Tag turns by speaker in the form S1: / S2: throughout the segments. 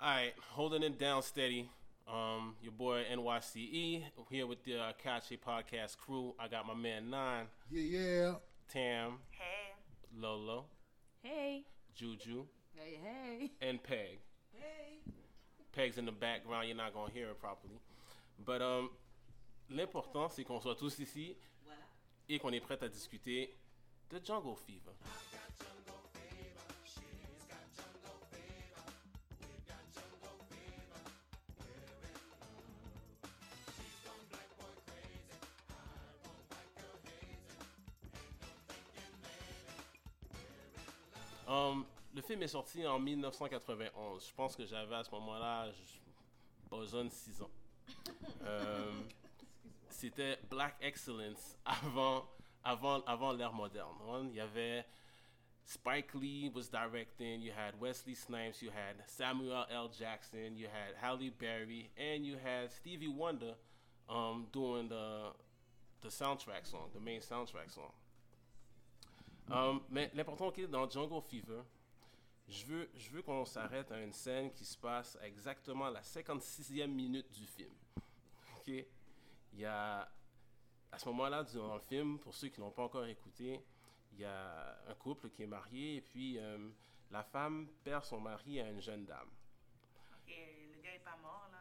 S1: All right, holding it down steady. Um, your boy NYCE here with the uh, Kachi podcast crew. I got my man Nine,
S2: Yeah, yeah.
S1: Tam,
S3: Hey.
S1: Lolo,
S3: Hey.
S1: Juju,
S3: Hey, hey.
S1: and Peg.
S3: Hey.
S1: Peg's in the background. You're not gonna hear it properly. But um, l'important c'est qu'on soit tous ici et qu'on est prêt à discuter de Jungle Fever. Um, le film est sorti en 1991. Je pense que j'avais à ce moment-là, je- Boson 6 ans. Euh, C'était Black Excellence avant, avant, avant l'ère moderne. hein. Il y avait Spike Lee was directing, you had Wesley Snipes, you had Samuel L. Jackson, you had Halle Berry, and you had Stevie Wonder um, doing the, the soundtrack song, the main soundtrack song. Um, mais l'important qu'il est dans Django Fever, je veux, je veux qu'on s'arrête à une scène qui se passe à exactement la 56e minute du film. OK? Il y a, à ce moment-là, durant le film, pour ceux qui n'ont pas encore écouté, il y a un couple qui est marié et puis euh, la femme perd son mari à une jeune dame.
S3: Et le gars est pas mort, là.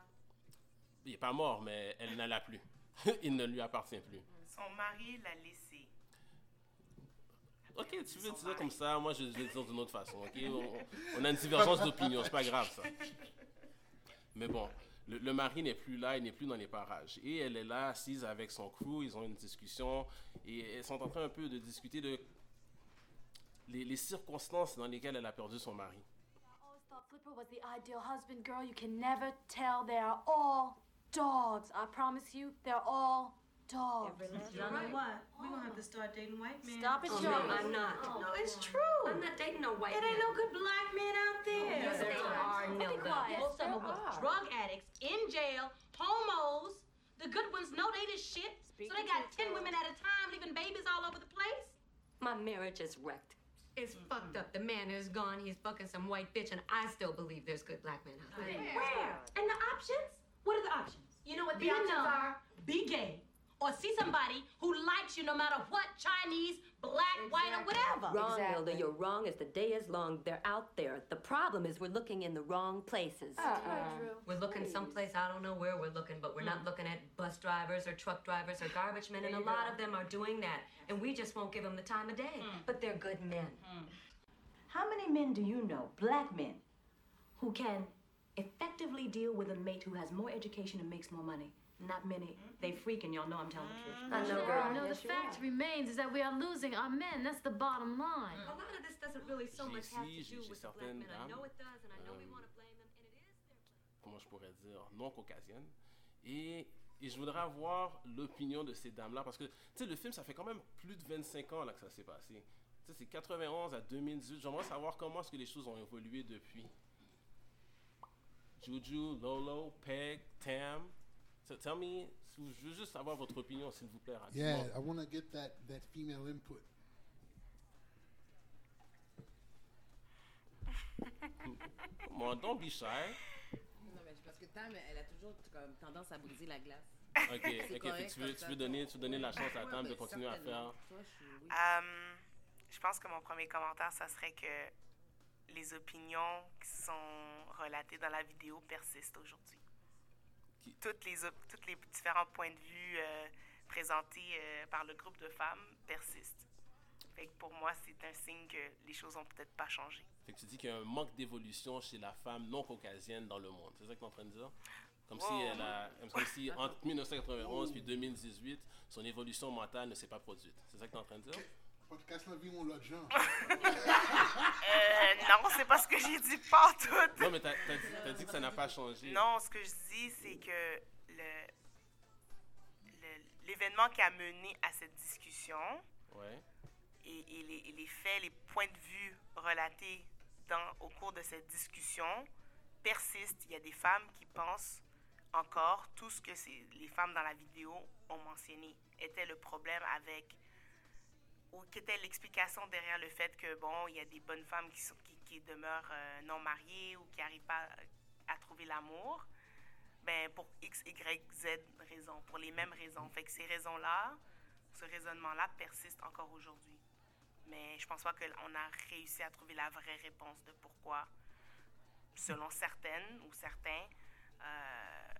S1: Il n'est pas mort, mais elle ne l'a plus. Il ne lui appartient plus.
S3: Son mari l'a laissé.
S1: Ok, tu veux
S3: Son
S1: dire comme
S3: mari.
S1: ça, moi je je vais le dire d'une autre façon, ok? On, on a une divergence d'opinion, c'est pas grave ça. Mais bon, le, le mari n'est plus là, il n'est plus dans les parages. Et elle est là, assise avec son crew, ils ont une discussion, et elles sont en train un peu de discuter de les, les circonstances dans lesquelles elle a perdu son mari.
S4: I always thought Flipper was the ideal husband, girl. You can never tell. They are all dogs. I promise you, they're all dogs.
S5: Y'all know what? We gonna have to start dating white men.
S4: Stop
S6: Oh,
S4: it,
S5: No,
S4: y'all.
S5: I'm not. No, it's true.
S6: I'm not dating no white
S5: It ain't no good black men out there.
S6: Yes, there are no
S4: Be
S6: good.
S4: quiet.
S6: Most of
S4: There
S6: them were
S4: are.
S6: drug addicts in jail, homos. The good ones know they the shit, so they got ten women at a time, leaving babies all over the place.
S7: My marriage is wrecked. It's
S6: Mm-hmm.
S7: fucked up. The man is gone. He's fucking some white bitch, and I still believe there's good black men out there.
S6: Where? And the options? What are the options? You know what the options are? Be gay, or see somebody who likes you no matter what, Chinese, black, white, or whatever.
S7: Wrong, Hilda. You're wrong as the day is long. They're out there. The problem is we're looking in the wrong places.
S6: Uh,
S7: We're looking someplace, I don't know where we're looking, but we're
S6: Hmm.
S7: not looking at bus drivers or truck drivers or garbage men, and a lot of them are doing that. And we just won't give them the time of day.
S6: Hmm.
S7: But they're good men.
S5: How many men do you know, black men?
S8: who can effectively deal with a mate who has more education and makes more money. Not many. They freak, and y'all know I'm telling the truth.
S7: I know,
S4: Mm-hmm.
S7: girl.
S9: No, the fact remains is that we are losing our men. That's the bottom line.
S7: A lot of this doesn't really so
S1: J'ai
S7: much have to
S1: ici,
S7: do
S1: j'ai- j'ai
S7: with the black
S1: certaines
S7: men. I know
S1: dames,
S7: it does, and I know we
S1: euh,
S7: want to blame them, and it is their place.
S1: comment je pourrais dire, non caucasienne. Et, et je voudrais avoir l'opinion de ces dames-là parce que, tu sais, le film, ça fait quand même plus de 25 ans là, que ça s'est passé. Tu sais, c'est 91 à 2018. J'aimerais savoir comment est-ce que les choses ont évolué depuis. Juju, Lolo, Peg, Tam. So tell me, si vous- je veux juste savoir votre opinion, s'il vous plaît, rapidement.
S2: Yeah, I want to get that, that female input.
S1: Come on, don't be shy.
S10: Non, mais parce que Tam, elle a toujours comme, tendance à briser la glace.
S1: Ok, ok,
S10: C'est
S1: fait
S10: correct
S1: que tu veux,
S10: comme
S1: tu
S10: ça.
S1: veux donner, tu veux donner la chance à
S10: Ouais,
S1: Tam de
S10: ben,
S1: continuer à faire.
S10: certainement. Toi, je suis- oui.
S3: Hum, je pense que mon premier commentaire, ça serait que les opinions qui sont relatées dans la vidéo persistent aujourd'hui.
S1: Qui-
S3: Toutes les, op- toutes les différents points de vue euh, présentés euh, par le groupe de femmes persistent. Fait que pour moi, c'est un signe que les choses ont peut-être pas changé.
S1: Fait que tu dis qu'il y a un manque d'évolution chez la femme non caucasienne dans le monde. C'est ça que tu es en train de dire? Comme si,
S3: Wow.
S1: elle a, comme si entre 1991 puis 2018, son évolution mentale ne s'est pas produite. C'est ça que tu es en train de dire?
S2: Podcast la vie, mon l'autre genre.
S3: Euh, non, c'est pas ce que j'ai dit, pas en tout.
S1: Non, mais tu as, dit que ça n'a pas changé.
S3: Non, ce que je dis, c'est que le- le- l'événement qui a mené à cette discussion
S1: Ouais.
S3: et, et les, et les faits, les points de vue relatés dans, au cours de cette discussion persistent. Il y a des femmes qui pensent encore tout ce que ces- les femmes dans la vidéo ont mentionné était le problème avec ou qu'était l'explication derrière le fait que bon il y a des bonnes femmes qui sont qui, qui demeurent euh, non mariées ou qui n'arrivent pas à trouver l'amour, ben pour X, Y, Z raisons, pour les mêmes raisons. Fait que ces raisons-là, ce raisonnement-là persiste encore aujourd'hui. Mais je pense pas qu'on a réussi à trouver la vraie réponse de pourquoi, selon certaines ou certains, euh,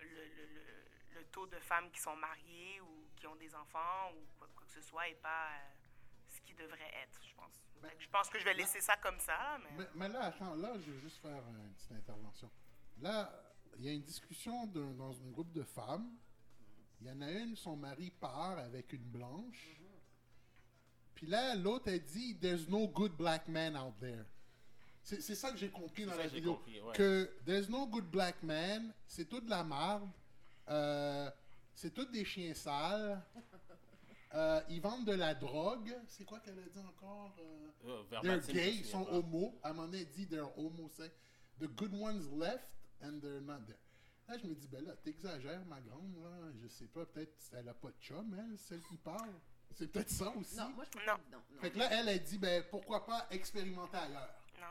S3: le, le- le- le taux de femmes qui sont mariées ou qui ont des enfants ou quoi, quoi que ce soit n'est pas euh, ce qui devrait être, je pense. Fait que je pense que je vais laisser ça comme ça, là, mais...
S2: Mais, mais là, attends, là, je vais juste faire une petite intervention. Là, il y a une discussion d'un- dans un groupe de femmes. Il y en a une, son mari part avec une blanche. Puis là, l'autre, elle dit There's no good black man out there. C'est c'est ça que j'ai compris
S1: C'est
S2: dans
S1: ça
S2: la
S1: que j'ai
S2: vidéo.
S1: compris, ouais.
S2: Que There's no good black man, c'est tout de la marde. Euh, c'est tout des chiens sales. Euh, ils vendent de la drogue. C'est quoi qu'elle a dit encore Euh,
S1: Euh,
S2: They're
S1: verbatim, je me
S2: gay,
S1: souviens
S2: ils sont
S1: pas.
S2: homo. À un moment donné, elle dit they're homo. c'est- The good ones left and they're not there. Là, je me dis, ben là, t'exagères, ma grande, là. Je sais pas, peut-être elle a pas de chum, elle, celle qui parle. C'est peut-être ça aussi.
S10: Non, moi je pense que non. non.
S2: Fait que là, elle, elle dit, ben pourquoi pas expérimenter ailleurs.
S3: Non.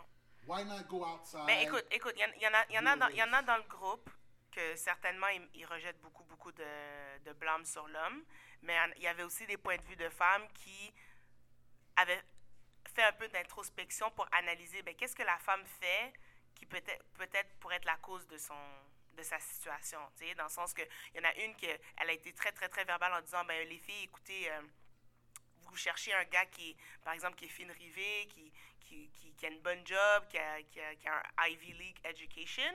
S2: Why not go outside?
S3: Ben écoute, écoute, il y, en- y en a- y en a dans- y en a dans le groupe que certainement ils, ils rejettent beaucoup, beaucoup de, de blâme sur l'homme, mais en- il y avait aussi des points de vue de femmes qui avaient fait un peu d'introspection pour analyser ben, qu'est-ce que la femme fait qui peut-être peut-être pourrait être la cause de son de sa situation, tu sais, dans le sens que il y en a une qui elle a été très très très verbale en disant ben les filles écoutez euh, vous cherchez un gars qui, est, par exemple, qui est fine rivée, qui, qui, qui, qui a une bonne job, qui a, qui a- qui a un Ivy League education,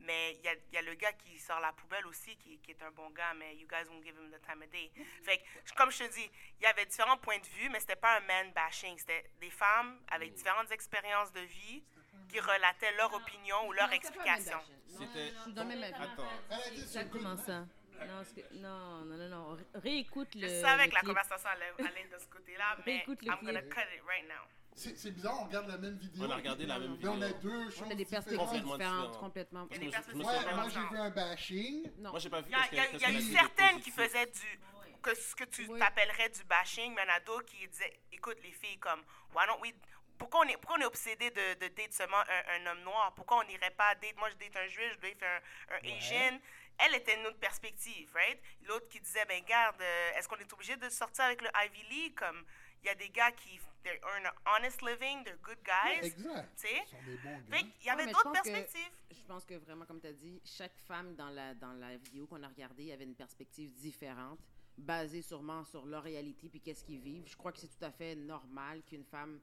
S3: mais il y a, il y a le gars qui sort la poubelle aussi, qui, qui est un bon gars, mais you guys won't give him the time of day. Fait que, je- comme je te dis, il y avait différents points de vue, mais c'était pas un man bashing, c'était des femmes
S1: Mm.
S3: avec différentes expériences de vie qui relataient leur opinion ou leur
S10: Non, c'était pas un man
S3: explication.
S10: bashing. Non, C'était- non, non, je suis dans le même avis. Attends. C'est exactement ça. Non, ce que- non, non, non, non. Ré- Réécoute le.
S3: Je savais
S10: le
S3: que la
S10: clip.
S3: conversation allait, allait de ce côté-là, mais
S10: Écoute le
S3: I'm gonna
S10: clip.
S3: cut it right now.
S2: C'est c'est bizarre, on regarde la même vidéo.
S1: On a regardé la même
S2: Mais on a
S1: vidéo.
S2: deux
S10: On
S2: choses.
S10: a des perspectives
S1: Complètement
S10: différentes,
S1: différentes.
S10: complètement.
S1: Parce que je- je me souviens
S2: Ouais,
S1: pas.
S2: moi, j'ai vu un bashing.
S1: Moi, j'ai pas vu
S3: Il y a,
S1: qu'est-ce
S3: il y a-
S1: que-
S3: il y
S1: qu'est-ce
S3: a eu
S1: qu'elle a dit de
S3: certaines qui
S1: positif.
S3: faisaient du. Que ce que tu t'appellerais du bashing, mais il y en a d'autres qui disaient écoute, les filles, comme, why don't we- Pourquoi on est, pourquoi on est obsédé de, de date seulement un, un homme noir Pourquoi on n'irait pas date Moi, je date un juif, je date un, un Asian. Elle était une autre perspective, right L'autre qui disait ben, garde, euh, est-ce qu'on est obligé de sortir avec le Ivy League Comme, il y a des gars qui. They earn an honest living, they're good guys.
S10: Ouais, exact.
S3: Tu sais
S10: Ce
S2: sont des bons
S3: Fait qu'il y avait
S10: Ouais, mais je
S3: d'autres
S10: pense que-
S3: perspectives.
S10: je pense que vraiment, comme tu as dit, chaque femme dans la, dans la vidéo qu'on a regardée avait une perspective différente, basée sûrement sur leur réalité puis qu'est-ce qu'ils vivent. Je crois que c'est tout à fait normal qu'une femme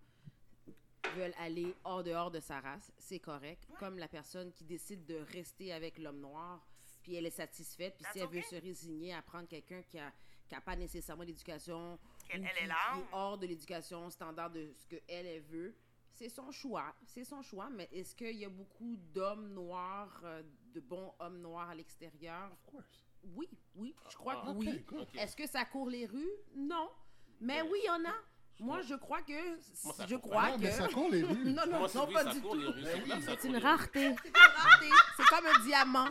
S10: veuille aller hors dehors de sa race. C'est correct. Comme la personne qui décide de rester avec l'homme noir puis elle est satisfaite, puis si
S3: That's
S10: elle veut
S3: okay.
S10: se résigner à prendre quelqu'un qui a qui n'a pas nécessairement l'éducation,
S3: Qu'elle-
S10: ou
S3: elle
S10: qui-
S3: est là,
S10: qui
S3: ou-
S10: hors de l'éducation standard de ce qu'elle elle elle veut. C'est son choix, c'est son choix, mais est-ce qu'il y a beaucoup d'hommes noirs, euh, de bons hommes noirs à l'extérieur? Oui, oui, je crois
S6: Ah,
S10: que
S6: ok,
S10: oui.
S6: cool. Ok.
S10: Est-ce que ça court les rues? Non. Mais
S1: Ben,
S10: oui, il y en a. Moi, je crois que...
S1: Moi, ça
S10: je
S1: court.
S10: crois
S2: Ah,
S1: Non,
S10: que...
S1: mais ça court les rues.
S10: non, non,
S1: Moi, c'est
S10: non,
S1: Ben oui,
S10: pas
S1: ça
S10: du
S1: court
S10: tout.
S1: les rues, c'est clair, ça
S10: C'est
S1: court
S10: une
S1: les rues.
S10: rareté. C'est une rareté. C'est comme un diamant.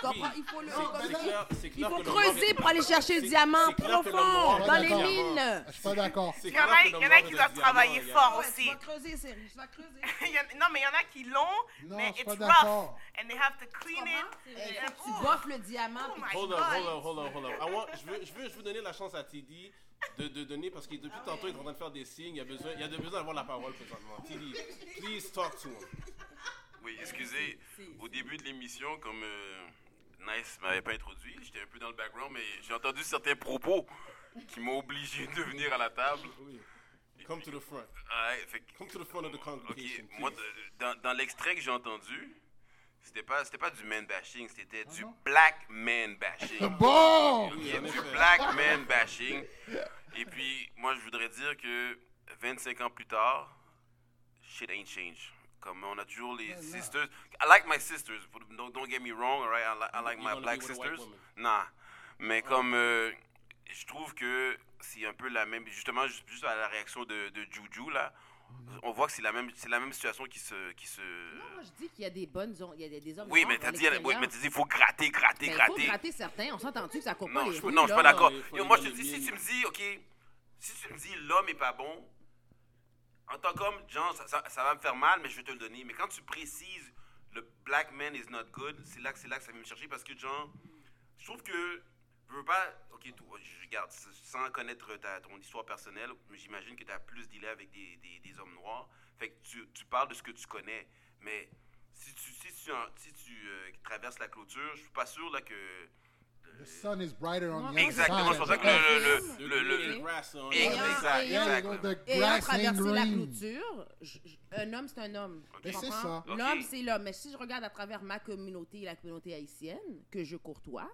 S10: Tu comprends? Il faut le...
S1: C'est clair- c'est
S10: Il
S1: clair
S10: faut
S1: que le noir est-
S10: creuser pour aller chercher le diamant profond dans les mines.
S2: Je suis pas d'accord.
S3: Il y en a, il y en a qui doivent travailler fort
S10: Ouais,
S3: aussi.
S10: Tu vas creuser, Cyril, tu vas creuser.
S3: Il y en- non, mais il y en a qui l'ont,
S2: Non,
S3: mais
S2: je suis
S3: it's
S2: pas
S3: rough.
S2: d'accord.
S3: And they have to clean it.
S10: Euh, Il
S3: And-
S10: faut que tu boffes le diamant. puis tu
S1: Hold on,
S10: colles.
S1: hold on, hold on, hold on. I want- je, veux, je, veux, je veux donner la chance à TD de, de donner, parce que depuis tantôt, il est en train de faire des signes. Il y a besoin, il y a de besoin d'avoir la parole présentement. TD, please talk to him.
S11: Oui, excusez. Au début de l'émission, comme euh, Nice m'avait pas introduit, j'étais un peu dans le background, mais j'ai entendu certains propos qui m'ont obligé de venir à la table. Ah,
S1: Come to the front.
S11: Ouais, fait que-
S1: Come to the front of the congregation.
S11: Ok, moi, de- dans, dans l'extrait que j'ai entendu, c'était pas, c'était pas du man bashing, c'était du black man bashing.
S2: Bon!
S11: Ok,
S2: Oui, en
S11: du
S2: effet.
S11: black man bashing. Et puis, moi, je voudrais dire que 25 ans plus tard, shit ain't changed. Comme on a toujours les sisters. I like my sisters. Don't, don't get me wrong, alright? I, li- I like
S1: You
S11: my
S1: wanna be
S11: black
S1: with a white
S11: sisters.
S1: woman.
S11: Nah. Mais comme euh, je trouve que c'est un peu la même. Justement, ju- juste à la réaction de, de Juju, là, on voit que c'est la même, c'est la même situation qui se. Qui se...
S10: Moi, je dis qu'il y a des bonnes zones, il y a des hommes.
S11: oui,
S10: noirs
S11: mais
S10: à
S11: t'as dit, oui,
S10: l'extérieur.
S11: mais t'as dit, il faut gratter, gratter,
S10: Ben,
S11: gratter.
S10: faut gratter certains. On s'entend-tu que ça coupe pas
S11: Non,
S10: les
S11: je,
S10: rues,
S11: non, je suis pas
S10: là?
S11: d'accord. Yo, Moi, je te dis, si tu me dis, OK, si tu me dis l'homme est pas bon, en tant qu'homme, genre, ça, ça- ça va me faire mal, mais je vais te le donner. Mais quand tu précises le black man is not good, c'est là, que- c'est là que ça vient me chercher parce que, genre, je trouve que. Je veux pas. Ok, toi, je regarde, sans connaître ta, ton histoire personnelle, mais j'imagine que tu as plus dealé avec des, des- des hommes noirs. Fait que tu, tu parles de ce que tu connais. Mais si tu, si tu, en- si tu euh, traverses la clôture, je suis pas sûr là, que.
S2: The sun is brighter on the
S11: Exactement,
S2: other
S11: c'est pour
S2: side.
S11: ça que le. le, le, le, le-
S10: Ayant-
S11: Exact,
S10: ayant-
S11: exact.
S2: The
S10: ayant
S2: grass ain't
S10: traversé la
S2: green.
S10: clôture, je- je- un homme, c'est un homme. Tu
S2: Mais c'est
S10: comprends?
S2: ça.
S10: L'homme,
S2: Ok.
S10: c'est l'homme. Mais si je regarde à travers ma communauté et la communauté haïtienne, que je courtois,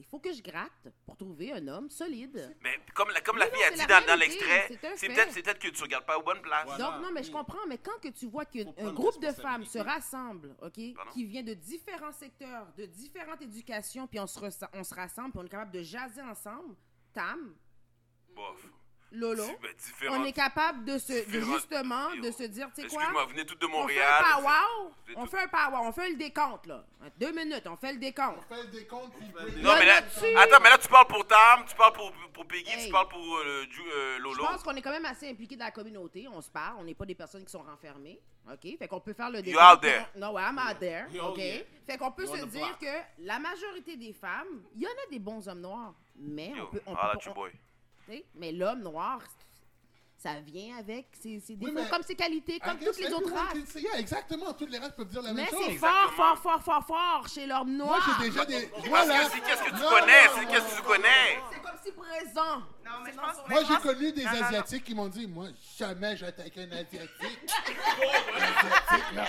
S10: il faut que je gratte pour trouver un homme solide.
S11: Mais comme la, comme la
S10: Oui,
S11: fille a
S10: non,
S11: dit
S10: c'est la
S11: dans, dans
S10: réalité,
S11: l'extrait,
S10: c'est un
S11: c'est
S10: fait.
S11: peut-être c'est peut-être que tu regardes pas aux bonnes places.
S10: Donc, non, mais je comprends, mais quand que tu vois qu'un
S11: prendre
S10: groupe de femmes
S11: responsabilité.
S10: se rassemble, OK,
S11: Pardon?
S10: qui vient de différents secteurs, de différentes éducations, puis on se, ressa- on se rassemble, puis on est capable de jaser ensemble, Tam,
S11: Bof.
S10: Lolo,
S11: Si, ben, différentes-
S10: on est capable de se, de
S11: différentes-
S10: justement, de se dire, tu sais quoi,
S11: Excuse-moi, vous venez toutes de
S10: on fait
S11: Montréal.
S10: un power,
S11: vous êtes
S10: on
S11: toutes-
S10: fait un power, on fait le décompte, là. Deux minutes, on fait le décompte.
S2: On fait le décompte,
S11: Non, mais là, attends, mais là, tu parles pour Tam, tu parles pour, pour Peggy,
S10: Hey.
S11: tu parles pour euh, le Ju- euh,
S10: Je
S11: Lolo.
S10: pense qu'on est quand même assez impliqués dans la communauté. On se parle. On n'est pas des personnes qui sont renfermées. OK? Fait qu'on peut faire le
S11: You
S10: décompte.
S11: out there.
S10: Non, ouais, I'm out there.
S11: You out
S10: OK?
S11: there.
S10: Fait qu'on peut
S11: You on
S10: se
S11: the
S10: dire
S11: block.
S10: que la majorité des femmes, il y en a des bons hommes noirs. Mais on
S11: Yo,
S10: peut. On
S11: holla
S10: peut
S11: at your
S10: on-
S11: boy.
S10: tu sais, mais l'homme noir, ça vient avec ses, ses défauts,
S2: mais-
S10: comme ses qualités, comme
S2: I
S10: toutes
S2: guess
S10: les autres
S2: everyone
S10: races.
S2: can say- yeah, exactement, toutes les races peuvent dire la
S10: Mais
S2: même chose.
S10: c'est fort, fort, fort, fort, fort chez l'homme
S2: Moi,
S10: noir.
S2: j'ai déjà des.
S11: Parce
S2: Voilà.
S11: que c'est qu'est-ce que tu
S2: Non,
S11: connais,
S2: non,
S11: c'est
S2: non,
S11: qu'est-ce que tu connais.
S10: C'est comme si présent.
S3: Non, mais je pense
S2: Moi, j'ai connu des Asiatiques qui m'ont dit Moi, jamais j'attaquais un Asiatique.
S3: Non,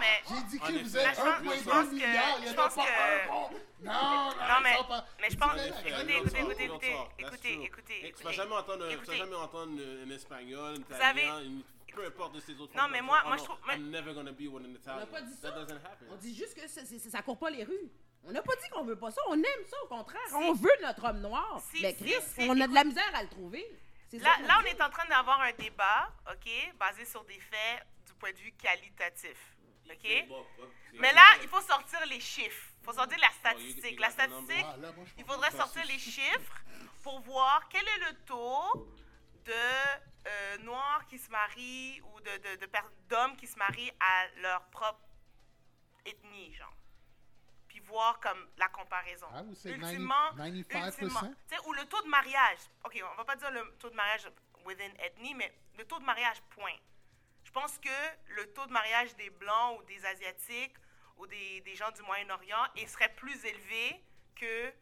S3: mais.
S2: J'ai dit que
S3: Honnêtement,
S2: vous êtes
S3: je pense- je pense
S2: 1,2
S3: que-
S2: milliard. Il y en
S3: je
S2: a
S3: pense
S2: pas
S3: que-
S2: un bon. Non,
S3: Non, mais. Mais je pense.
S1: Allez,
S3: Écoutez,
S1: allez,
S3: écoutez,
S1: on sort, on
S3: écoutez, écoutez.
S1: sort, that's true.
S3: Écoutez, écoutez,
S1: Tu vas
S3: écoutez.
S1: jamais entendre, un- tu vas
S3: Écoutez.
S1: jamais entendre un, un espagnol, un
S3: savez-
S1: italien, une- peu importe de ces autres.
S3: Non,
S1: langues
S3: mais
S1: comme
S3: moi-
S1: ça.
S3: moi,
S1: Oh
S3: je
S1: non,
S3: trouve- mais-
S1: I'm never gonna be one in
S10: On
S1: Italian.
S10: n'a pas dit ça.
S1: That doesn't happen.
S2: Euh.
S10: On dit juste que ça, c'est- ça court pas les rues. On n'a pas dit qu'on veut pas ça. On aime ça, au contraire. On veut notre homme noir. mais Chris, on a de la misère à le trouver. C'est
S3: Là,
S10: ça qu'on
S3: là, on
S10: dit.
S3: est en train d'avoir un débat, OK, basé sur des faits du point de vue qualitatif, OK? Mais là, il faut sortir les chiffres. Il faut sortir la statistique. La statistique,
S2: Ah,
S3: il faudrait sortir les chiffres pour voir quel est le taux de euh, noirs qui se marient ou de- de- de per- d'hommes qui se marient à leur propre ethnie, genre. Puis voir comme la comparaison.
S2: I would say
S3: Ultimement,
S2: 90
S3: ultimement,
S2: 95%.
S3: tu sais, ou le taux de mariage. OK, on va pas dire le taux de mariage within ethnie, mais le taux de mariage, point. Je pense que le taux de mariage des Blancs ou des Asiatiques ou des, des gens du Moyen-Orient il serait plus élevé que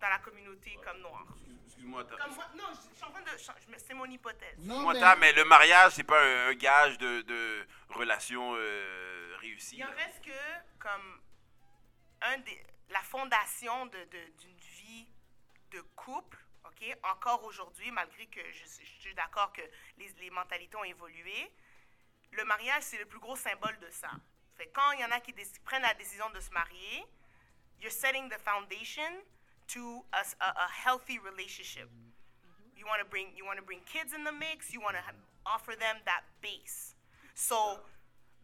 S3: dans la communauté comme noire.
S11: Excuse-moi, Tam.
S3: Comme moi, non, je, je suis en train de... je- je- C'est mon hypothèse.
S11: Excuse-moi, Tam, mais le mariage, c'est pas un, un gage de, de relation euh, réussie.
S3: Il en
S11: là.
S3: reste que, comme, un des, la fondation de- de- d'une vie de couple, OK, encore aujourd'hui, malgré que je, je suis d'accord que les, les mentalités ont évolué, le mariage, c'est le plus gros symbole de ça. Fait que quand il y en a qui déc- prennent la décision de se marier, you're setting the foundation to a, s- a- a healthy relationship. You want to bring you want to bring kids in the mix. You want to offer them that base. So,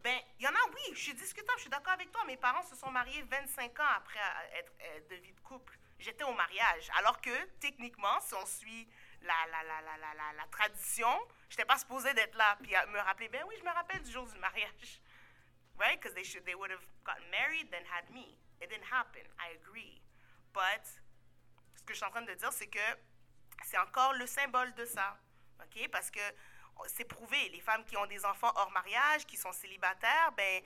S3: ben, il y en a, oui, je suis discutable, je suis d'accord avec toi. Mes parents se sont mariés 25 ans après euh, être euh, de vie de couple. J'étais au mariage. Alors que, techniquement, si on suit la, la, la, la, la, la, la tradition, je n'étais pas supposée d'être là. Puis euh, me rappeler, ben oui, je me rappelle du jour du mariage. Right? Because they, should- they would have gotten married, then had me. It didn't happen. I agree. But, ce que je suis en train de dire, c'est que c'est encore le symbole de ça. OK? Parce que c'est prouvé, les femmes qui ont des enfants hors mariage, qui sont célibataires, ben,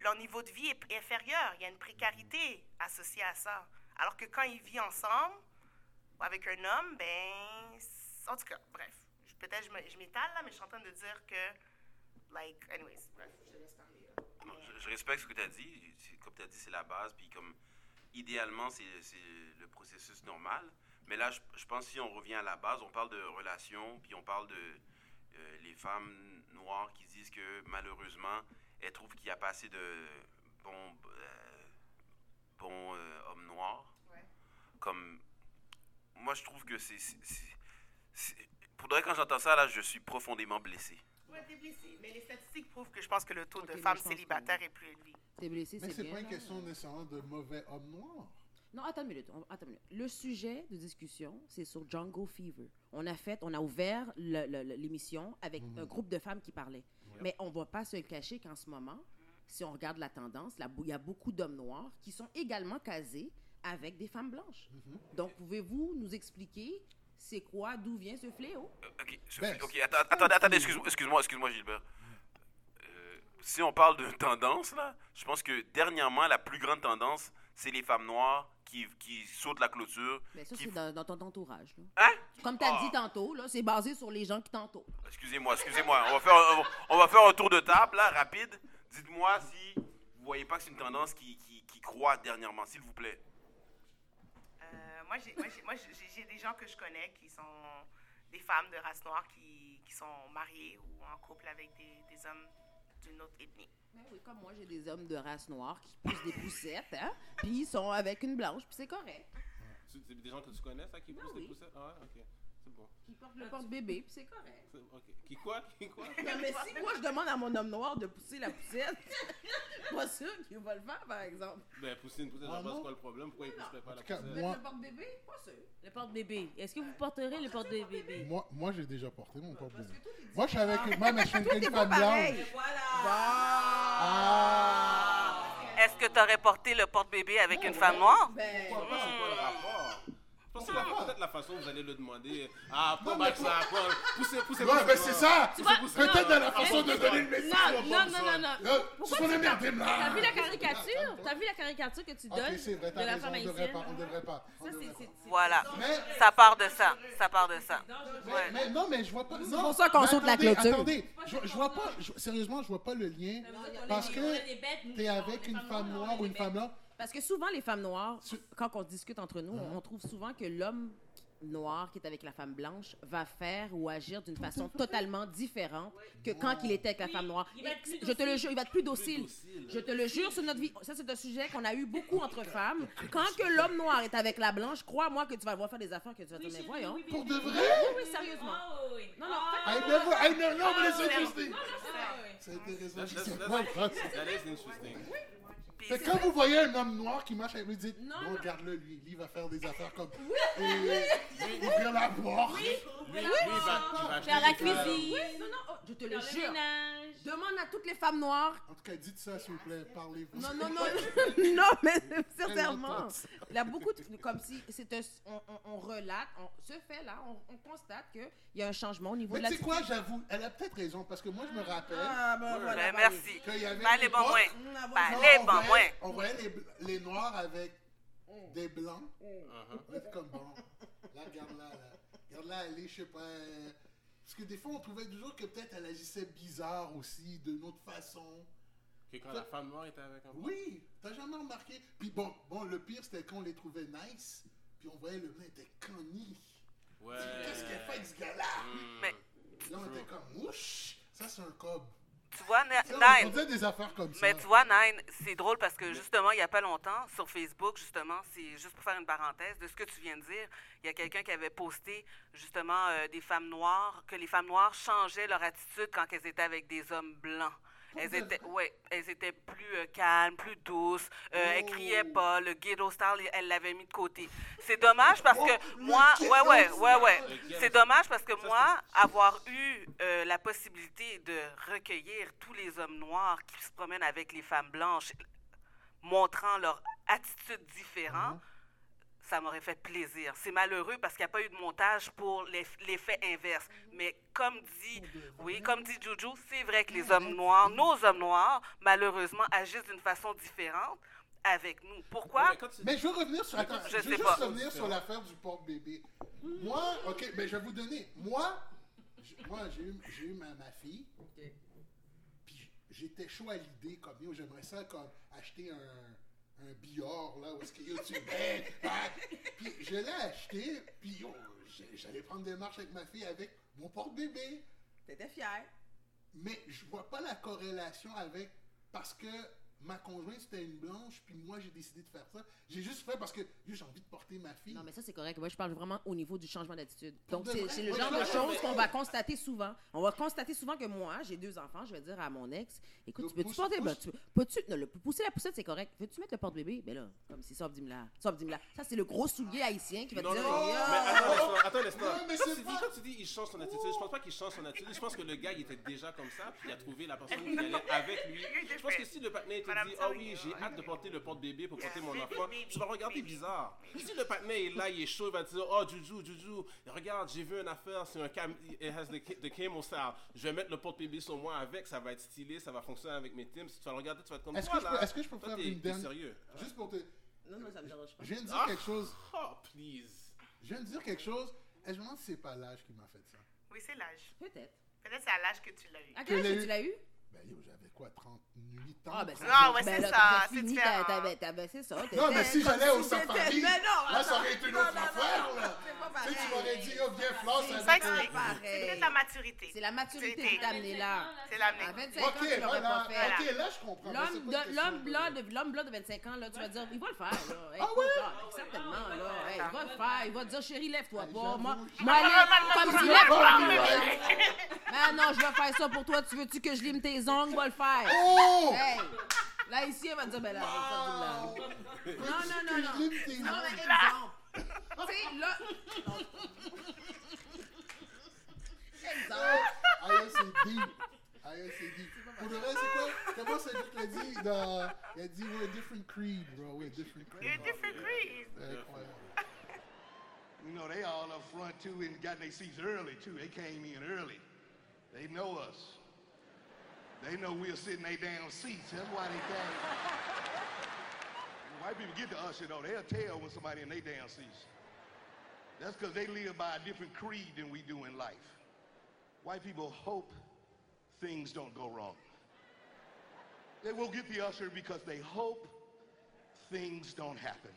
S3: leur niveau de vie est inférieur. Il y a une précarité associée à ça. Alors que quand ils vivent ensemble, avec un homme, ben, c'est- en tout cas, bref. Je- Peut-être je me- je m'étale là, mais je suis en train de dire que, like, anyways, bref, je te laisse parler. là.
S11: Non, je, je respecte ce que tu as dit. C'est- Comme tu as dit, c'est la base. Puis comme idéalement, c'est c'est le processus normal. Mais là, je, je pense que si on revient à la base, on parle de relations, puis on parle de euh, les femmes noires qui disent que malheureusement, elles trouvent qu'il n'y a pas assez de bons, euh, bons euh, hommes noirs. Comme moi, je trouve que c'est. c'est- c'est- c'est- Pour de vrai, quand j'entends ça, là, je suis profondément blessé.
S3: Ouais, t'es blessée, mais les statistiques prouvent que je pense que le taux
S10: Ok,
S3: de
S10: mais
S3: femmes
S10: je pense que-
S3: célibataires est plus élevé.
S10: T'es blessé,
S2: Mais
S10: c'est
S2: c'est
S10: bien. hein.
S2: pas une
S10: là.
S2: question nécessairement de mauvais homme noir.
S10: Non, attends une minute. on- attends une minute. Le sujet de discussion, c'est sur
S11: Mm-hmm.
S10: Django Fever. On a fait, on a ouvert le- le- le- l'émission avec un groupe de femmes qui parlaient. Mais on va pas se le cacher qu'en ce moment, si on regarde la tendance, là, il y a beaucoup d'hommes noirs qui sont également casés avec des femmes blanches.
S11: Mm-hmm.
S10: Donc, pouvez-vous nous expliquer c'est quoi, d'où vient ce fléau?
S11: Ok, ce- ok, attends, attendez, attendez, excuse-moi, excuse-moi, excuse-moi, Gilbert. Euh, si on parle de tendance, là, je pense que dernièrement, la plus grande tendance, c'est les femmes noires qui, qui sautent la clôture.
S10: Ben, ça,
S11: qui-
S10: c'est dans, dans ton entourage. là.
S11: Hein?
S10: Comme tu as
S11: Ah.
S10: dit tantôt, là, c'est basé sur les gens qui t'entourent.
S11: Excusez-moi, excusez-moi. On va, faire un, on va faire un tour de table, là, rapide. Dites-moi si vous voyez pas que c'est une tendance qui, qui, qui croît dernièrement, s'il vous plaît.
S12: Euh, moi, j'ai- moi, j'ai- moi, j'ai j'ai des gens que je connais qui sont des femmes de race noire qui, qui sont mariées ou en couple avec des, des hommes d'une autre ethnie.
S10: Ben oui, comme moi, j'ai des hommes de race noire qui poussent des poussettes, hein? Puis ils sont avec une blanche, puis c'est correct.
S1: C'est c'est des gens que tu connais, ça,
S10: Ben
S1: qui poussent des poussettes? Ah ouais, ok. C'est bon.
S10: Qui portent le porte-bébé, puis c'est correct.
S1: C'est- ok. Qui quoi? Qui quoi?
S10: Non, mais si moi, je demande à mon homme noir de pousser la poussette, pas sûr qu'il va le faire, par exemple.
S1: Ben, pousser une poussette, je
S10: Ah,
S1: sais pas
S10: non?
S1: c'est quoi le problème. Pourquoi ils pousseraient pas la
S2: cas,
S1: poussette?
S2: moi- Mettre le
S10: porte-bébé, pas sûr.
S13: Le porte-bébé. Est-ce que vous porterez le porte-bébé?
S2: Moi, moi j'ai déjà porté mon problème. Moi, je suis avec moi, mais je suis
S13: Tout
S2: une
S13: est
S2: femme
S13: pas pareil.
S2: blanche. Ah.
S12: Est-ce que tu aurais porté le porte-bébé avec une femme noire?
S10: Ben,
S1: Pourquoi pas? C'est quoi le rapport? Je pense que la- peut-être la façon dont vous allez le demander. Ah, pas
S2: Non,
S1: mal
S2: mais
S1: ça,
S2: pour-
S1: pas- Poussez, poussez.
S2: Ouais,
S1: poussez,
S2: ben, c'est
S1: poussez.
S2: ça.
S1: Poussez,
S13: Tu vois,
S1: poussez.
S2: Peut-être dans la
S1: Ah,
S2: façon de
S1: poussez.
S2: donner le message.
S13: Non, non, non, non,
S2: Là,
S13: non.
S2: tu vas les merder, là.
S13: T'as vu la caricature? T'as vu la caricature que tu
S2: Ok,
S13: donnes
S2: c'est vrai,
S13: de
S2: t'as
S13: la
S2: raison,
S13: femme
S2: on devrait
S13: haïtienne?
S2: pas, on devrait pas. on devrait pas.
S12: Voilà.
S2: Mais-
S12: Ça part de ça. Ça part de ça.
S2: Mais,
S12: Ouais.
S2: mais non, mais je vois pas.
S12: C'est
S2: non,
S12: pour ça qu'on
S2: mais
S12: saute la
S2: attendez,
S12: clôture.
S2: Attendez, je, je vois pas. je- sérieusement, je vois pas le lien. Parce que t'es avec une femme noire ou une femme blanche.
S10: Parce que souvent, les femmes noires, quand on discute entre nous, on- on trouve souvent que l'homme noir qui est avec la femme blanche va faire ou agir d'une façon totalement différente que quand il était avec la femme noire.
S13: il va être plus
S10: Je te le
S13: docile.
S10: jure, il va être plus docile. Je te le jure sur notre vie. Ça, c'est un sujet qu'on a eu beaucoup entre femmes. Quand que l'homme noir est avec la blanche, crois-moi que tu vas le voir faire des affaires que tu vas te dire, mais voyons.
S2: Pour de vrai?
S10: Oui, oui, sérieusement. Non, non.
S2: I never, I never, no, but it's
S10: Ah, non,
S2: interesting. C'est intéressant.
S1: That's- that's-
S2: Ouais,
S1: that's-
S2: ouais.
S1: That is interesting.
S2: Fait que quand vous voyez un homme noir qui marche avec vous, dites
S10: Non,
S2: Bon,
S10: non.
S2: regarde-le, lui, lui, il va faire des affaires comme.
S13: Oui.
S2: Et-
S13: Oui.
S2: Ouvrir la porte.
S13: Oui. Oui.
S2: Il
S13: Oui, il
S1: bah,
S13: va- il va Faire acheter la des cuisine. fleurs.
S10: Ah, Oui, non, non, oh, je te
S13: Faire
S10: le
S13: le
S10: jure. Demande à toutes les femmes noires.
S2: En tout cas, dites ça, s'il vous plaît, parlez-vous.
S10: Non, non, non, non, mais sincèrement,
S2: Tellement pas.
S10: il y a beaucoup de, comme si c'est un, on, on- on relate, on se fait là, on, on constate que il y a un changement au niveau
S2: Mais
S10: de la.
S2: tu sais quoi, j'avoue, elle a peut-être raison, parce que moi, je me rappelle.
S10: Ah, ben
S12: voilà, Ben, Marie. merci.
S2: Qu'il y avait
S12: Ben, les
S2: une
S12: bons
S2: époque,
S10: Mm,
S12: moins.
S2: on
S12: Ben,
S2: voyait-
S12: les bons
S2: on voyait- On voyait les, bl- les noirs avec
S10: Oh.
S2: des blancs.
S1: Uh-huh.
S2: On était comme bon. Là, regarde-la, là. Regarde-la aller, je sais pas. euh, Parce que des fois, on trouvait toujours que peut-être elle agissait bizarre aussi, d'une autre façon.
S1: Que quand la femme noire était avec un blanc.
S2: Oui, t'as jamais remarqué. Puis bon, bon, le pire, c'était qu'on les trouvait nice, puis on voyait le mec était conni.
S1: Ouais.
S2: Qu'est-ce qu'il a fait avec ce gars-là?
S12: Mais-
S2: Là, on était comme, ouch, ça c'est un cob.
S12: Tu vois, Na-
S2: Ça, on
S12: Nine.
S2: faisait des affaires comme ça.
S12: Mais tu vois, Nine, c'est drôle parce que justement, il n'y a pas longtemps, sur Facebook, justement, c'est juste pour faire une parenthèse de ce que tu viens de dire, il y a quelqu'un qui avait posté justement euh, des femmes noires, que les femmes noires changeaient leur attitude quand elles étaient avec des hommes blancs. Elles étaient, ouais, elles étaient plus euh, calmes, plus douces. euh, Elles
S2: Oh.
S12: criaient pas. Le ghetto style, elle l'avait mis de côté. C'est dommage parce
S2: Oh,
S12: que moi, ouais, ouais, ouais, ouais. C'est dommage parce que moi, avoir eu euh, la possibilité de recueillir tous les hommes noirs qui se promènent avec les femmes blanches, montrant leur attitude différente, ça m'aurait fait plaisir. C'est malheureux parce qu'il n'y a pas eu de montage pour l'eff- l'effet inverse. Mais comme dit, oui, comme dit Juju, c'est vrai que les hommes noirs, nos hommes noirs, malheureusement, agissent d'une façon différente avec nous. Pourquoi?
S2: Mais je veux revenir sur, attends,
S12: je
S2: je veux
S12: sais
S2: juste
S12: pas.
S2: revenir sur l'affaire du porte-bébé. Moi, ok, mais je vais vous donner. Moi, j- moi j'ai eu, j'ai eu ma, ma fille. Puis j'étais chaud à l'idée, comme yo, j'aimerais ça, comme acheter un, un billard, là, où est-ce que yo, tu bang, bang. Puis je l'ai acheté, puis yo, j'- j'allais prendre des marches avec ma fille avec mon porte-bébé.
S10: T'étais fière.
S2: Mais je vois pas la corrélation avec. Parce que ma conjointe c'était une blanche, puis moi j'ai décidé de faire ça. J'ai juste fait parce que yo, j'ai envie de porter ma fille.
S10: Non, mais ça, c'est correct. Moi, je parle vraiment au niveau du changement d'attitude. Donc,
S2: De
S10: c'est
S2: vrai?
S10: c'est le
S2: Ouais,
S10: genre
S2: je
S10: de
S2: comprends.
S10: choses qu'on va constater souvent. On va constater souvent que moi, j'ai deux enfants, je vais dire à mon ex, écoute, tu peux-tu porter... ben, tu peux- peux-tu... non, le- pousser la poussette, c'est correct. Veux-tu mettre le porte-bébé? Ben là, comme si, sauf là. Sauf là. Ça, c'est le gros soulier haïtien qui va te
S1: Non, non,
S10: dire...
S1: non.
S10: Yo!
S1: Mais attends, laisse-moi, attends, laisse-moi.
S2: Non, mais
S1: Quand
S2: c'est
S1: tu dis,
S2: pas-
S1: quand tu dis, il change son attitude, je pense pas qu'il change son attitude. Je pense que le gars, il était déjà comme ça, puis il a trouvé la personne qui allait avec lui. Je pense que si le partenaire te dit, oh oui, j'ai hâte de porter le porte-bébé pour porter mon enfant, tu vas regarder bizarre. Si le partenaire est là, il est chaud, il va te dire, oh Juju, Juju, regarde, j'ai vu une affaire, c'est un cam, it has the, ca- the camel style. Je vais mettre le porte-bébé sur moi avec, ça va être stylé, ça va fonctionner avec mes teams. Tu vas le regarder, tu vas être comme
S2: Est-ce
S1: toi,
S2: que je peux-
S1: là.
S2: est-ce que je peux
S1: Toi,
S2: faire
S1: t'es-
S2: une
S1: t'es
S2: dernière-
S1: sérieux.
S2: Juste pour te.
S10: Non, non, ça me dérange pas.
S2: Je viens de dire
S1: Ah.
S2: quelque chose.
S1: Oh, please.
S2: Je viens de dire quelque chose. Et je me demande si c'est pas l'âge qui m'a fait ça.
S3: Oui, c'est l'âge.
S10: Peut-être.
S3: Peut-être c'est à l'âge que tu l'as eu.
S10: À quel âge tu l'as eu?
S2: Ben yo, j'avais quoi, 38 ans?
S10: Ah, ben,
S3: Ah, ouais,
S10: ben
S3: c'est
S10: là,
S3: ça,
S10: t'avais
S3: c'est
S10: fini,
S3: différent.
S10: t'avais- t'avais- t'avais- c'est ça.
S2: Non, mais
S10: t'étais
S2: si
S10: comme
S2: j'allais au
S10: t'étais-
S2: safari,
S10: Ben non,
S2: là, ça
S10: attends.
S2: aurait été une
S10: Non,
S2: autre
S10: non, non,
S2: affaire,
S10: non,
S2: là. Tu
S10: c'est pas
S2: sais, tu
S10: pareil.
S2: m'aurais dit, oh, viens, Flore, ça
S10: Ça
S2: va
S10: explique.
S2: être-
S10: C'est peut-être
S3: la maturité.
S10: C'est la maturité qui t'a amené là.
S3: C'est l'amener.
S10: À 25 ans,
S2: Ok,
S10: tu l'aurais
S2: voilà.
S10: pas fait.
S2: Ok, là, je comprends. Mais c'est
S10: L'homme
S2: pas une
S10: de-
S2: question
S10: L'homme
S2: de-
S10: blanc, de- l'homme blanc de 25 ans, là, tu vas dire, il va le faire, là. Hey,
S2: Ah ouais?
S10: écoute, là, Certainement, là. Hey, il va le faire. Il va te dire, chérie, lève-toi pas. Moi,
S13: j'avoue.
S10: moi, là, comme tu lèves
S13: Ah,
S10: pas.
S13: ouais.
S10: Ben non, je vais faire ça pour toi. Tu veux-tu que je lime tes ongles? Va le faire.
S13: Oh!
S10: Hey! Là, ici, elle va dire, ben là, ça, tu l'as. Non, non, non, non.
S2: Oh!
S10: Non, mais exemple. Tu sais, là. Exemple.
S2: Ah ouais, c'est deep. Ah ouais, c'est deep. Pour le reste, c'est quoi? Comment c'est lui qui l'a dit? dans- Il a dit, we're a different creed, bro. We're a different creed.
S3: You're a different creed.
S2: Incroyable.
S14: You know, they all up front too and got their seats early too. They came in early. They know us. They know we're sitting they damn seats. That's why they came. White people get to us, you know, they'll tell when somebody in their damn seats. That's because they live by a different creed than we do in life. White people hope things don't go wrong. They will get the usher because they hope things don't happen.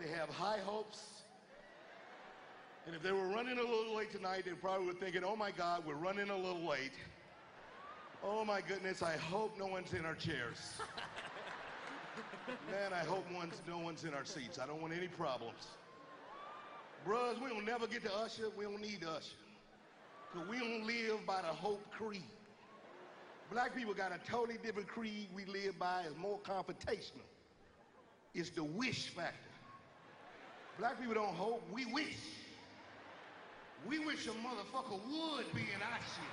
S14: They have high hopes. And if they were running a little late tonight, they probably were thinking, oh my God, we're running a little late. Oh my goodness, I hope no one's in our chairs. Man, I hope one's, no one's in our seats. I don't want any problems. Bruhs, we don't never get to usher. We don't need to usher. Because we don't live by the hope creed. Black people got a totally different creed we live by. It's more confrontational. It's the wish factor. Black people don't hope, we wish. We wish a motherfucker would be in our shit.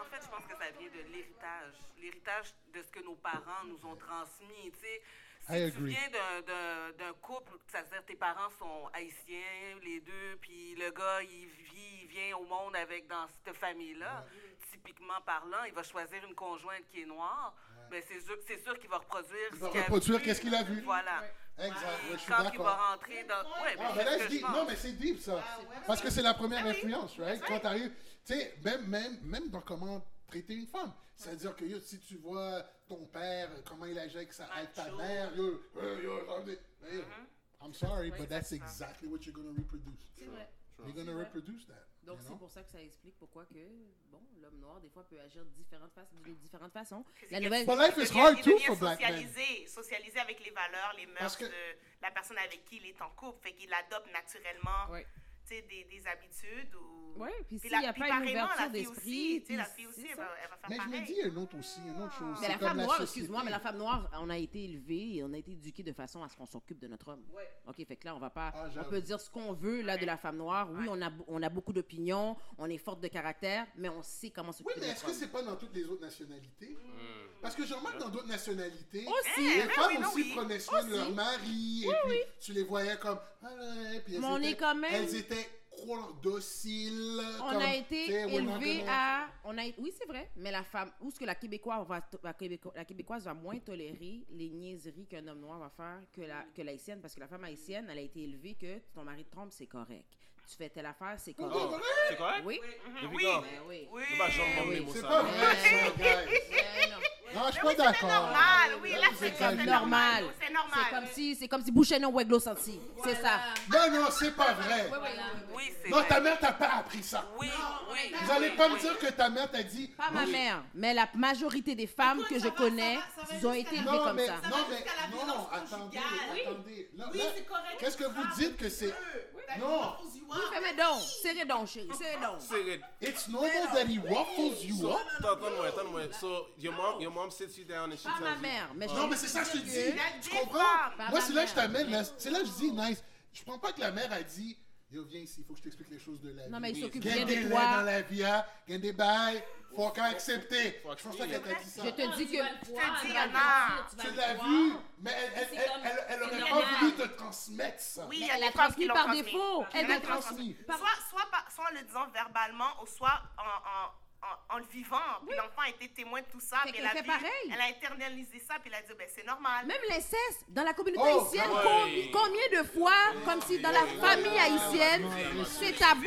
S12: En fait, je pense que ça vient de l'héritage. L'héritage de ce que nos parents nous ont transmis, tu sais. Si
S2: I
S12: tu
S2: agree.
S12: viens d'un- d'un- d'un couple, ça veut dire tes parents sont haïtiens, les deux, puis le gars, il vit, il vient au monde avec dans cette famille-là. Typiquement parlant, il va choisir une conjointe qui est noire. Ben, c'est sûr, c'est sûr qu'il va reproduire
S2: Il
S12: ce
S2: va
S12: qu'il a
S2: reproduire qu'est-ce qu'il a vu.
S12: Voilà.
S2: Exact,
S12: Puis
S2: ouais, je suis
S12: quand il
S2: d'accord.
S12: va rentrer dans... Ouais, ben,
S2: Ah,
S12: c'est
S2: ben là,
S12: ce que
S2: je dis,
S12: pense.
S2: non, mais c'est deep ça. Parce que c'est la première influence, right? Quand t'arrives, tu sais, même, même, même dans comment traiter une femme. C'est-à-dire que yo, si tu vois ton père, euh, comment il agit avec, sa, avec ta mère, yo, yo, yo, yo, yo. I'm sorry, but that's exactly what you're gonna reproduce.
S10: C'est vrai.
S2: You're gonna
S10: C'est vrai.
S2: reproduce that.
S10: Donc,
S2: you
S10: c'est
S2: know?
S10: pour ça que ça explique pourquoi que, bon, l'homme noir, des fois, peut agir de différentes faces- d'une différente façon.
S3: Parce
S10: La
S3: que-
S10: nouvelle...
S2: But life is
S3: Il
S2: hard
S3: devient
S2: too for black men.
S3: socialisé, socialisé avec les valeurs, les mœurs
S2: Parce que-
S3: de la personne avec qui il est en couple. Fait qu'il adopte naturellement tu sais, des, des habitudes. Ou...
S10: Ouais, puis s'il
S3: la-
S10: y a
S3: puis
S10: pas une
S3: pareillement, la
S10: ouverture
S3: fille
S10: d'esprit,
S3: aussi, tu sais, la
S10: puis
S3: fille aussi,
S10: c'est
S3: elle
S10: ça.
S3: va, elle va faire
S2: Mais je me
S3: pareil.
S2: dis une autre aussi, une autre chose.
S10: Mais
S2: c'est
S10: la
S2: comme
S10: femme
S2: la
S10: noire,
S2: société.
S10: excuse-moi, mais la femme noire, on a été élevée et on a été éduquée de façon à ce qu'on s'occupe de notre homme. OK, fait que là, on va pas. on
S2: Ah, j'avoue.
S10: peut dire ce qu'on veut là de la femme noire. Oui, on, a, on a beaucoup d'opinions, on est forte de caractère, mais on sait comment s'occuper
S2: Oui, mais
S10: de
S2: est-ce
S10: notre
S2: que
S10: homme.
S2: c'est pas dans toutes les autres nationalités? Parce que je remarque dans d'autres nationalités,
S10: Aussi.
S2: les
S10: Eh, ben
S2: femmes
S10: oui, non,
S2: aussi
S10: oui.
S2: prenaient soin de
S10: Aussi.
S2: leur mari, et puis tu les voyais comme... Ah, ouais, puis elles
S10: Mais on
S2: étaient-
S10: est quand même-
S2: Elles étaient quoi, dociles.
S10: On
S2: comme,
S10: a été
S2: tu sais, we're not
S10: élevé
S2: gonna-
S10: à. On a, oui, c'est vrai, mais la femme. Où est-ce que la Québécoise, va, to- la, Québéco- la Québécoise va moins tolérer les niaiseries qu'un homme noir va faire que la que l'haïtienne? Parce que la femme haïtienne, elle a été élevée que ton mari te trompe, c'est correct. Tu fais telle affaire, c'est correct.
S1: Oh, c'est correct?
S10: Oui.
S1: Depuis quand?
S10: Ben oui.
S1: Bah, j'en
S10: Ben
S1: bats mes
S10: oui.
S1: mots,
S10: C'est
S1: ça, là.
S10: pas vrai, ça, guys.
S2: Non, Non, je suis pas d'accord.
S3: C'est normal, oui, là,
S10: C'est
S3: c'est
S10: comme
S3: c'est
S10: normal.
S3: C'est normal.
S10: C'est comme si, c'est comme si Boucheno Weglo sorti. C'est ça.
S2: Non, non, c'est pas vrai.
S3: Oui, c'est
S2: Non,
S3: vrai.
S2: ta mère t'a pas appris ça.
S3: Oui, oui.
S2: Vous allez pas me dire que ta mère t'a dit.
S10: Pas ma mère, mais la majorité des femmes que je connais ont été élevées
S2: Non,
S10: comme
S2: mais,
S10: ça.
S2: non, mais, non, attendez, attendez. Là, là, Qu'est-ce que vous dites que c'est. Non,
S10: Oui, fais-moi donc. Serrez donc, chérie. Serrez donc.
S2: It's normal that he waffles you up.
S1: Attends-moi, attends-moi. So, your mom, your mom sits you down and she
S10: Pas
S1: tells
S10: ma
S1: you-
S10: mère, mais
S1: Oh.
S2: Non, mais c'est ça que je te dis. Tu comprends?
S10: Pas
S2: Moi,
S10: ma
S2: c'est là que je
S10: mère.
S2: t'amène. là. C'est là que je dis, nice. Je comprends pas que la mère a dit, yo, viens ici, il faut que je t'explique les choses de la vie.
S10: Non, mais il s'occupe
S2: Gagne
S10: bien
S2: des
S10: de
S2: laits
S10: toi.
S2: dans la vie, hein. Gagne des bails. Faut qu'à accepter. Je pense pas qu'elle t'a dit ça.
S10: Je te dis que.
S3: te dis,
S10: Ah,
S3: Anna,
S2: C'est la vue, mais elle, elle,
S10: C'est
S2: elle,
S10: comme-
S2: elle, elle
S10: c'est
S2: aurait
S10: normal.
S2: pas voulu te transmettre ça.
S3: Oui, il
S10: Mais
S3: y a
S10: elle
S3: des
S10: a
S3: femmes
S10: transmis
S3: qui l'ont
S10: par
S3: transmis.
S10: défaut.
S3: Il y en
S10: Elle
S3: a
S10: a
S3: qui l'ont
S10: transmis.
S3: Soit, soit, par- soit en le disant verbalement ou soit en, en- en- en le vivant. Puis l'enfant a été témoin de tout ça. Puis
S10: qu'elle
S3: elle a,
S10: fait
S3: vu-
S10: pareil.
S3: elle a internalisé ça. Puis elle a dit, ben, c'est normal.
S10: Même l'inceste, dans la communauté
S3: Oh,
S10: haïtienne,
S3: ouais.
S10: combi- combien de fois, comme si dans la famille haïtienne, c'est tabou.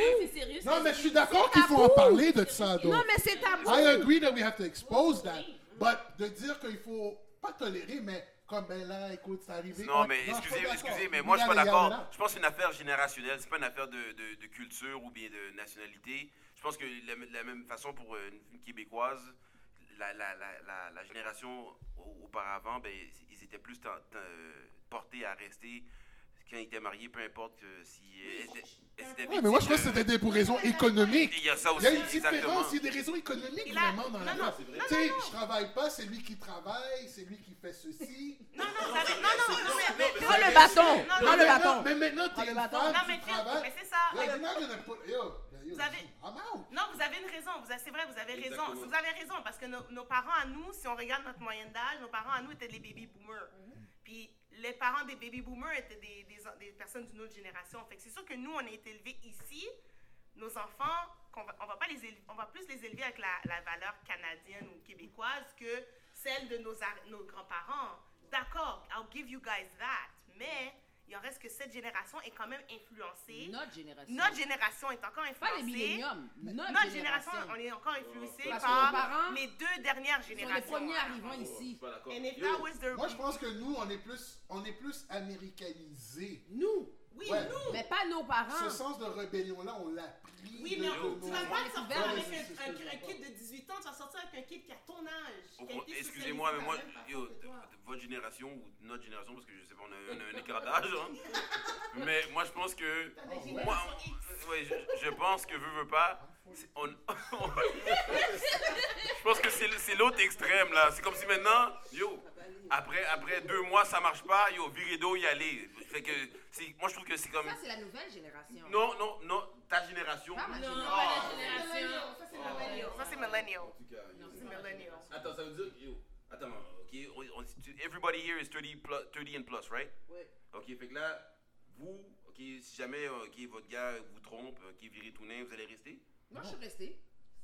S2: Non, mais je suis d'accord qu'il faut en parler de ça. Donc.
S10: Non, mais c'est tabou.
S2: I agree that we have to expose that. But de dire qu'il faut pas tolérer, mais comme ben là, écoute, c'est arrivé.
S11: Non,
S2: Ouais,
S11: mais
S2: je suis
S11: excusez,
S2: pas
S11: excusez,
S2: d'accord.
S11: mais moi je suis pas
S2: Regarde, regarde,
S11: d'accord. Je pense que c'est une affaire générationnelle, c'est pas une affaire de, de- de culture ou bien de nationalité. Je pense que la- de la même façon pour euh, une, une Québécoise, la, la- la- la- la génération a- auparavant, ben, ils étaient plus ten- ten- euh, portés à rester quand ils étaient mariés, peu importe euh, si. euh, elles étaient- elles étaient
S2: là. Ouais, mais moi, je pense que c'était des- pour raisons économiques.
S11: Il y a ça
S2: Il y a
S11: aussi,
S2: une
S11: exactement.
S2: différence, il y a des raisons économiques vraiment dans la
S11: non,
S2: vie.
S11: c'est vrai.
S2: Tu sais, je travaille pas, c'est lui qui travaille, c'est lui qui fait ceci. Non, non,
S3: non, non, non, mais- mais-
S10: Prends le bâton,
S3: Non,
S10: prends
S3: non,
S10: le bâton.
S2: Mais maintenant,
S10: Prends
S2: t'es
S10: le
S2: une
S10: bâton.
S2: femme,
S3: Non, mais
S2: tu
S3: Phil,
S2: travailles.
S3: mais c'est ça.
S2: Yo,
S3: Euh,
S2: you're not gonna put- yo, yo,
S3: Vous avez-
S2: I'm out.
S3: Non, vous avez une raison. vous avez- C'est vrai, vous avez raison.
S2: Exactement.
S3: Vous avez raison parce que nos, nos parents à nous, si on regarde notre moyenne d'âge, nos parents à nous étaient des baby boomers. Puis les parents des baby boomers étaient des, des- des personnes d'une autre génération. Fait que c'est sûr que nous, on a été élevés ici. Nos enfants, qu'on va- on va, pas les élever- on va plus les élever avec la, la valeur canadienne ou québécoise que celle de nos, ar- nos grands-parents. D'accord, I'll give you guys that. Mais il en reste que cette génération est quand même influencée.
S10: Notre génération.
S3: Notre génération est encore influencée.
S10: les milléniums, notre
S3: génération,
S10: génération.
S3: on est encore influencé
S10: Parce que nos
S3: par
S10: parents
S3: les deux dernières
S10: les
S3: générations.
S10: premiers arrivants ici.
S2: Oh,
S3: And if that was their-
S2: Moi, je pense que nous, on est plus, on est plus américanisés.
S10: Nous.
S2: Oui,
S10: Mais pas nos parents.
S2: bah. Ce sens de rébellion-là, on l'a pris.
S12: Oui, mais on- tu vas pas te sortir
S2: Ouais,
S12: avec
S2: c'est- c'est ce
S12: un,
S2: que
S12: un,
S2: je
S12: un
S2: comprends.
S12: kid de 18 ans, tu vas sortir avec un kid qui a ton âge. qui
S11: Au
S12: a été
S11: con-
S12: socialisé
S11: Excusez-moi, mais
S12: de la
S11: moi,
S12: même façon
S11: yo,
S12: que toi.
S11: votre génération ou notre génération, parce que je sais pas, on a, on a un écart d'âge, hein. mais moi je pense que. Moi, ouais, je, je pense que veux, veux pas. c'est- on- je pense que c'est le- c'est l'autre extrême là. C'est comme si maintenant, yo, après, après deux mois ça marche pas, yo, virer d'eau y aller. Fait que, c'est- moi je trouve que c'est comme.
S10: Ça, c'est la nouvelle génération.
S11: Non, non, non, ta génération.
S10: Pas ma
S11: Oh.
S10: génération. Oh.
S3: Ça, c'est millennial. Ça, c'est millennial. C'est millennial.
S11: Attends, ça veut dire que, yo, attends, ok, on- on- tu- everybody here is 30, plus, 30 and plus, right?
S3: Ouais.
S11: Ok, fait que là, vous, ok, si jamais, ok, votre gars vous trompe, ok, virez tout nain, vous allez rester?
S10: Moi, je suis restée.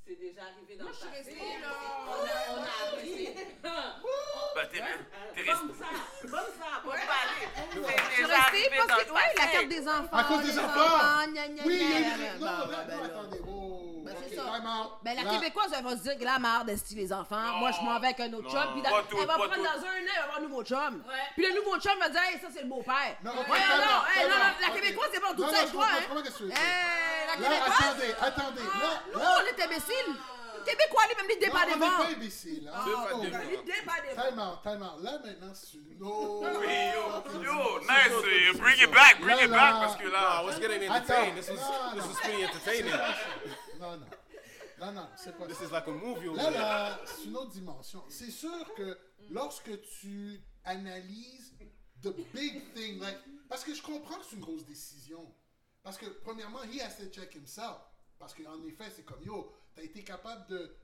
S12: C'est déjà arrivé dans
S10: Moi,
S12: le
S10: je suis
S12: passé.
S10: restée, là.
S12: On a, on a appris.
S11: Bah, t'es t'es resté.
S12: Comme ça, comme ça, pour
S3: Ouais.
S12: parler.
S10: Ah, Je suis restée parce que, ouais, la carte des enfants.
S2: À cause
S10: les
S2: des enfants.
S10: gna, gna,
S2: Oui,
S10: gna,
S2: il y a
S10: gna,
S2: une- non,
S10: gna, bah,
S2: là,
S10: bah, bah,
S2: non,
S10: là.
S2: attendez. Oh,
S10: Ben,
S2: ok,
S10: c'est ça.
S2: time out.
S10: Ben, la
S2: Là.
S10: Québécoise, elle va se dire que la marde, est les enfants? Moi, je m'en vais avec un autre
S2: Non.
S10: chum. Puis dans-
S2: Pas tout,
S10: elle va
S2: pas
S10: prendre
S2: tout.
S10: dans un an, elle va avoir un nouveau chum. Puis le nouveau chum va dire, hey, ça, c'est le beau-père.
S2: Non,
S10: Voyons
S2: ok, calme,
S10: donc, hey,
S2: calme,
S10: non, non, la
S2: ok.
S10: Québécoise, c'est pas
S2: Non,
S10: toute
S2: non,
S10: ça,
S2: je
S10: je crois.
S2: comprends, je
S10: hein.
S2: comprends ce que tu veux dire.
S10: Hey, la
S2: Là,
S10: Québécoise.
S2: attendez, attendez. Là,
S10: Nous, on est imbéciles. Québécois, lui, même les débats
S2: Non,
S10: des
S2: on n'est
S10: morts.
S2: pas imbécile. Hein?
S10: Ah, Deux fois deux fois. Deux fois deux fois.
S2: Time out, time out. Là, maintenant, c'est une autre.
S11: Oui, yo, yo, nice, uh, bring it back, bring
S2: Là,
S11: it
S2: là.
S11: back, parce que là,
S1: I was getting
S2: Attends.
S1: entertained. This was,
S2: Non,
S1: this
S2: non.
S1: was pretty entertaining.
S2: Non, non. Non, non, c'est pas
S1: This
S2: ça.
S1: is like a movie over
S2: Là,
S1: there.
S2: là, c'est une autre dimension. C'est sûr que lorsque tu analyses the big thing, like, parce que je comprends que c'est une grosse décision. Parce que, premièrement, he has to check himself. Parce qu'en effet, c'est comme, yo, t'as été capable de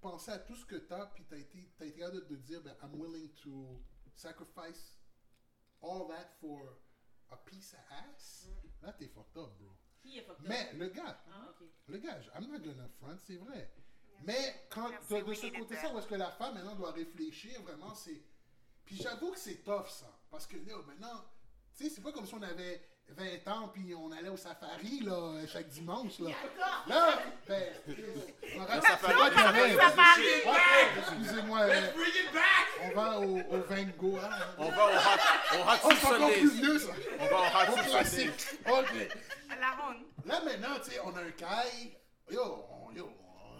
S2: penser à tout ce que t'as, puis t'as été, t'as été capable de dire, ben, I'm willing to sacrifice all that for a piece of ass. Là, t'es fucked up, bro.
S12: Qui Mm. est fucked up?
S2: Mais le gars,
S12: Ah, ok.
S2: le gars, je- I'm not gonna front, c'est vrai. Mais quand
S12: Merci,
S2: t'as de
S12: oui,
S2: ce
S12: il est
S2: côté-là,
S12: vrai.
S2: où est-ce que la femme maintenant doit réfléchir, vraiment, c'est. Puis j'avoue que c'est tough ça. Parce que là, maintenant, tu sais, c'est pas comme si on avait 20 ans, puis on allait au safari, là, chaque dimanche, là.
S15: D'accord.
S2: Là, ben, on
S15: Le
S2: reste
S15: safari, on parle du safari.
S2: Ouais, excusez-moi.
S15: Let's
S2: euh,
S15: bring it
S2: On va au, au Van Gogh. hein.
S11: On va au Hot- au Hot
S2: Oh, c'est encore
S11: Sundays.
S2: plus vieux, ça.
S11: On va au Hot
S2: Au
S11: Sundays.
S2: classique. OK. Là, maintenant, tu sais, on a un caille. Yo, on, yo,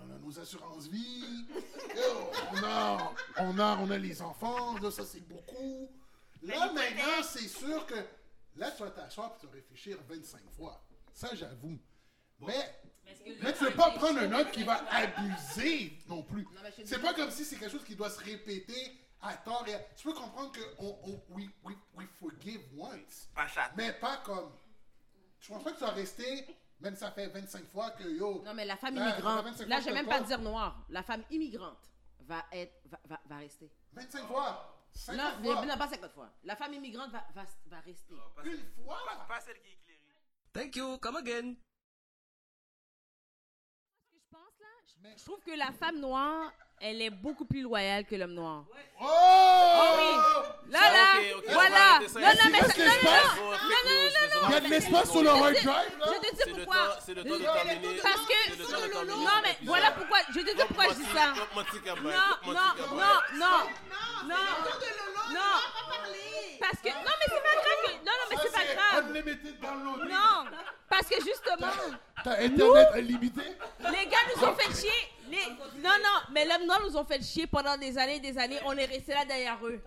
S2: on a nos assurances-vie. Yo, on a, on a, on a les enfants. Là, ça, c'est beaucoup. Là, maintenant, c'est sûr que... Là, tu vas t'asseoir et tu vas réfléchir 25 fois. Ça, j'avoue. Mais... Là, tu veux pas prendre un autre qui va abuser non plus.
S10: je te
S2: C'est
S10: dis-
S2: pas comme si c'est quelque chose qui doit se répéter à tort et à... Tu peux comprendre que on, on- we, we, we forgive once. Mais pas comme... Je pense pas que tu vas rester, même si ça fait 25 fois que yo...
S10: Non, mais la femme
S2: Ben, ça fait
S10: immigrante,
S2: 25
S10: là,
S2: fois
S10: je vais
S2: que
S10: même
S2: toi-
S10: pas dire noire. La femme immigrante va être, va, va, va rester.
S2: 25 fois! 50
S10: Non, mais,
S2: fois.
S10: mais non, pas 50 fois. La femme immigrante va, va, va rester.
S2: Une fois!
S11: Pas celle qui
S16: Thank you, come again.
S13: Je trouve que la femme noire, elle est beaucoup plus loyale que l'homme noir.
S2: Oh!
S13: oui!
S10: Ah,
S13: Là, là! voilà! Non, non, mais ça- non, non, non!
S2: Il y a de l'espace sur le hard drive, là!
S13: Je te dis pourquoi.
S1: C'est le temps de terminer.
S13: Parce
S1: C'est
S13: que.
S1: le temps de terminer
S13: Non, mais
S1: l'épisode.
S13: voilà pourquoi. Je te dis pourquoi je dis ça.
S1: Mon petit cabane, mon
S13: Non, non,
S1: petit
S13: non,
S1: cabane.
S13: non, non,
S15: Lolo,
S13: non, parce que non mais c'est pas grave, que- non non mais
S2: Ça,
S13: c'est pas
S2: c'est
S13: grave,
S2: unlimited download.
S13: non, parce que justement,
S2: T'as Internet illimité?
S13: les gars nous ont fait chier, les- non non, mais l'homme noir nous ont fait chier pendant des années et des années, on est resté là derrière eux,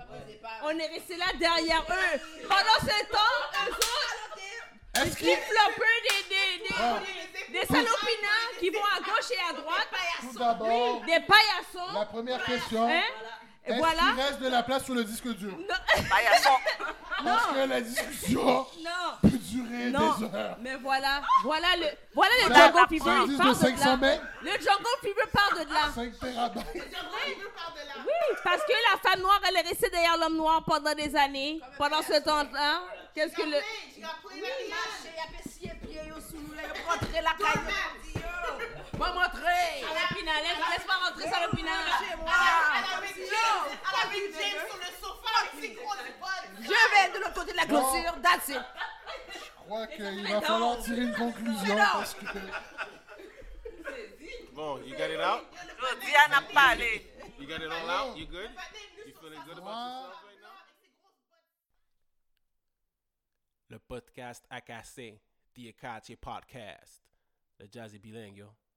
S13: on est resté là derrière eux, pendant ce temps, nous autres, des
S15: Est-ce qu'il-
S13: flip-floppers, des, des, des,
S15: Ah.
S13: des salopinards qui vont à gauche et à droite,
S2: Tout d'abord,
S13: des paillassons,
S2: la première question.
S13: Hein?
S2: Est-ce
S13: Voilà.
S2: qu'il reste de la place sur le disque dur?
S12: Bah,
S2: Parce
S13: Non.
S2: que la discussion
S13: Non.
S2: peut durer
S13: Non.
S2: des heures.
S13: Mais voilà, voilà le, voilà le
S2: Ça,
S13: Django Fever,
S2: un
S13: il
S2: disque
S13: part
S2: de
S13: de
S2: 500
S13: là.
S2: mètres.
S13: Le Django Fever part de là.
S2: 5 térabytes.
S13: Oui, parce que la femme noire, elle est restée derrière l'homme noir pendant des années, pendant ce temps-là. Qu'est-ce que le... Va montrer! Salopina, laisse- laisse-moi rentrer, Salopina! Ah.
S17: Je vais de l'autre côté de la clôture, that's it.
S2: Je crois qu'il
S17: Mais
S2: va
S17: non.
S2: falloir tirer une
S17: Mais
S2: conclusion
S17: non.
S2: parce que
S1: Bon, you got it out?
S12: Diane n'a pas allé.
S1: You got it all out? You good? You feeling good about yourself? Le podcast AKC, The Akache Podcast. Le jazz est bilingue, yo.